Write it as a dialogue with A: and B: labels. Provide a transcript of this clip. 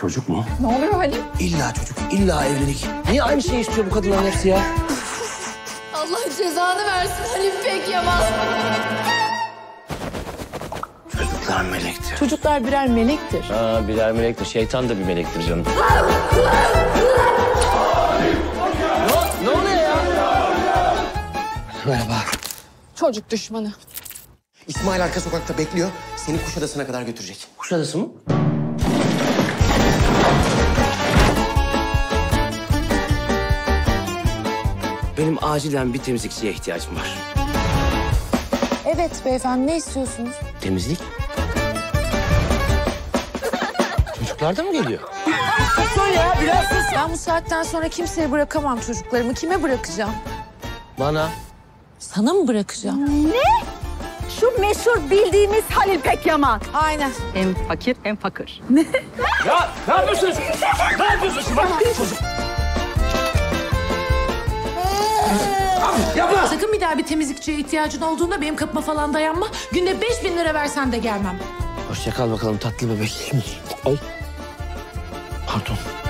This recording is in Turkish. A: Çocuk mu?
B: Ne oluyor Halim?
C: İlla çocuk, illa evlilik. Niye aynı şeyi istiyor bu kadınların hepsi ya?
B: Allah cezanı versin Halim Pek Yamaz.
C: Çocuklar melektir.
D: Çocuklar birer melektir.
C: Ha, birer melektir. Şeytan da bir melektir canım. ne, ne oluyor ya? Merhaba.
B: Çocuk düşmanı.
E: İsmail arka sokakta bekliyor. Seni Kuşadası'na kadar götürecek.
C: Kuşadası mı? Benim acilen bir temizlikçiye ihtiyacım var.
D: Evet beyefendi ne istiyorsunuz?
C: Temizlik? Çocuklar da mı geliyor?
D: Söyle ya biraz sus. Ben bu saatten sonra kimseye bırakamam çocuklarımı. Kime bırakacağım?
C: Bana.
D: Sana mı bırakacağım?
F: Şu meşhur bildiğimiz Halil Pekyaman.
D: Aynen.
F: Hem fakir hem fakir.
C: Ya ne yapıyorsunuz? ne yapıyorsunuz? Bak çocuk.
D: Ah.
G: Sakın bir daha bir temizlikçiye ihtiyacın olduğunda benim kapıma falan dayanma. Günde 5000 lira versen de gelmem.
C: Hoşça kal bakalım tatlı bebek. Ay. Pardon.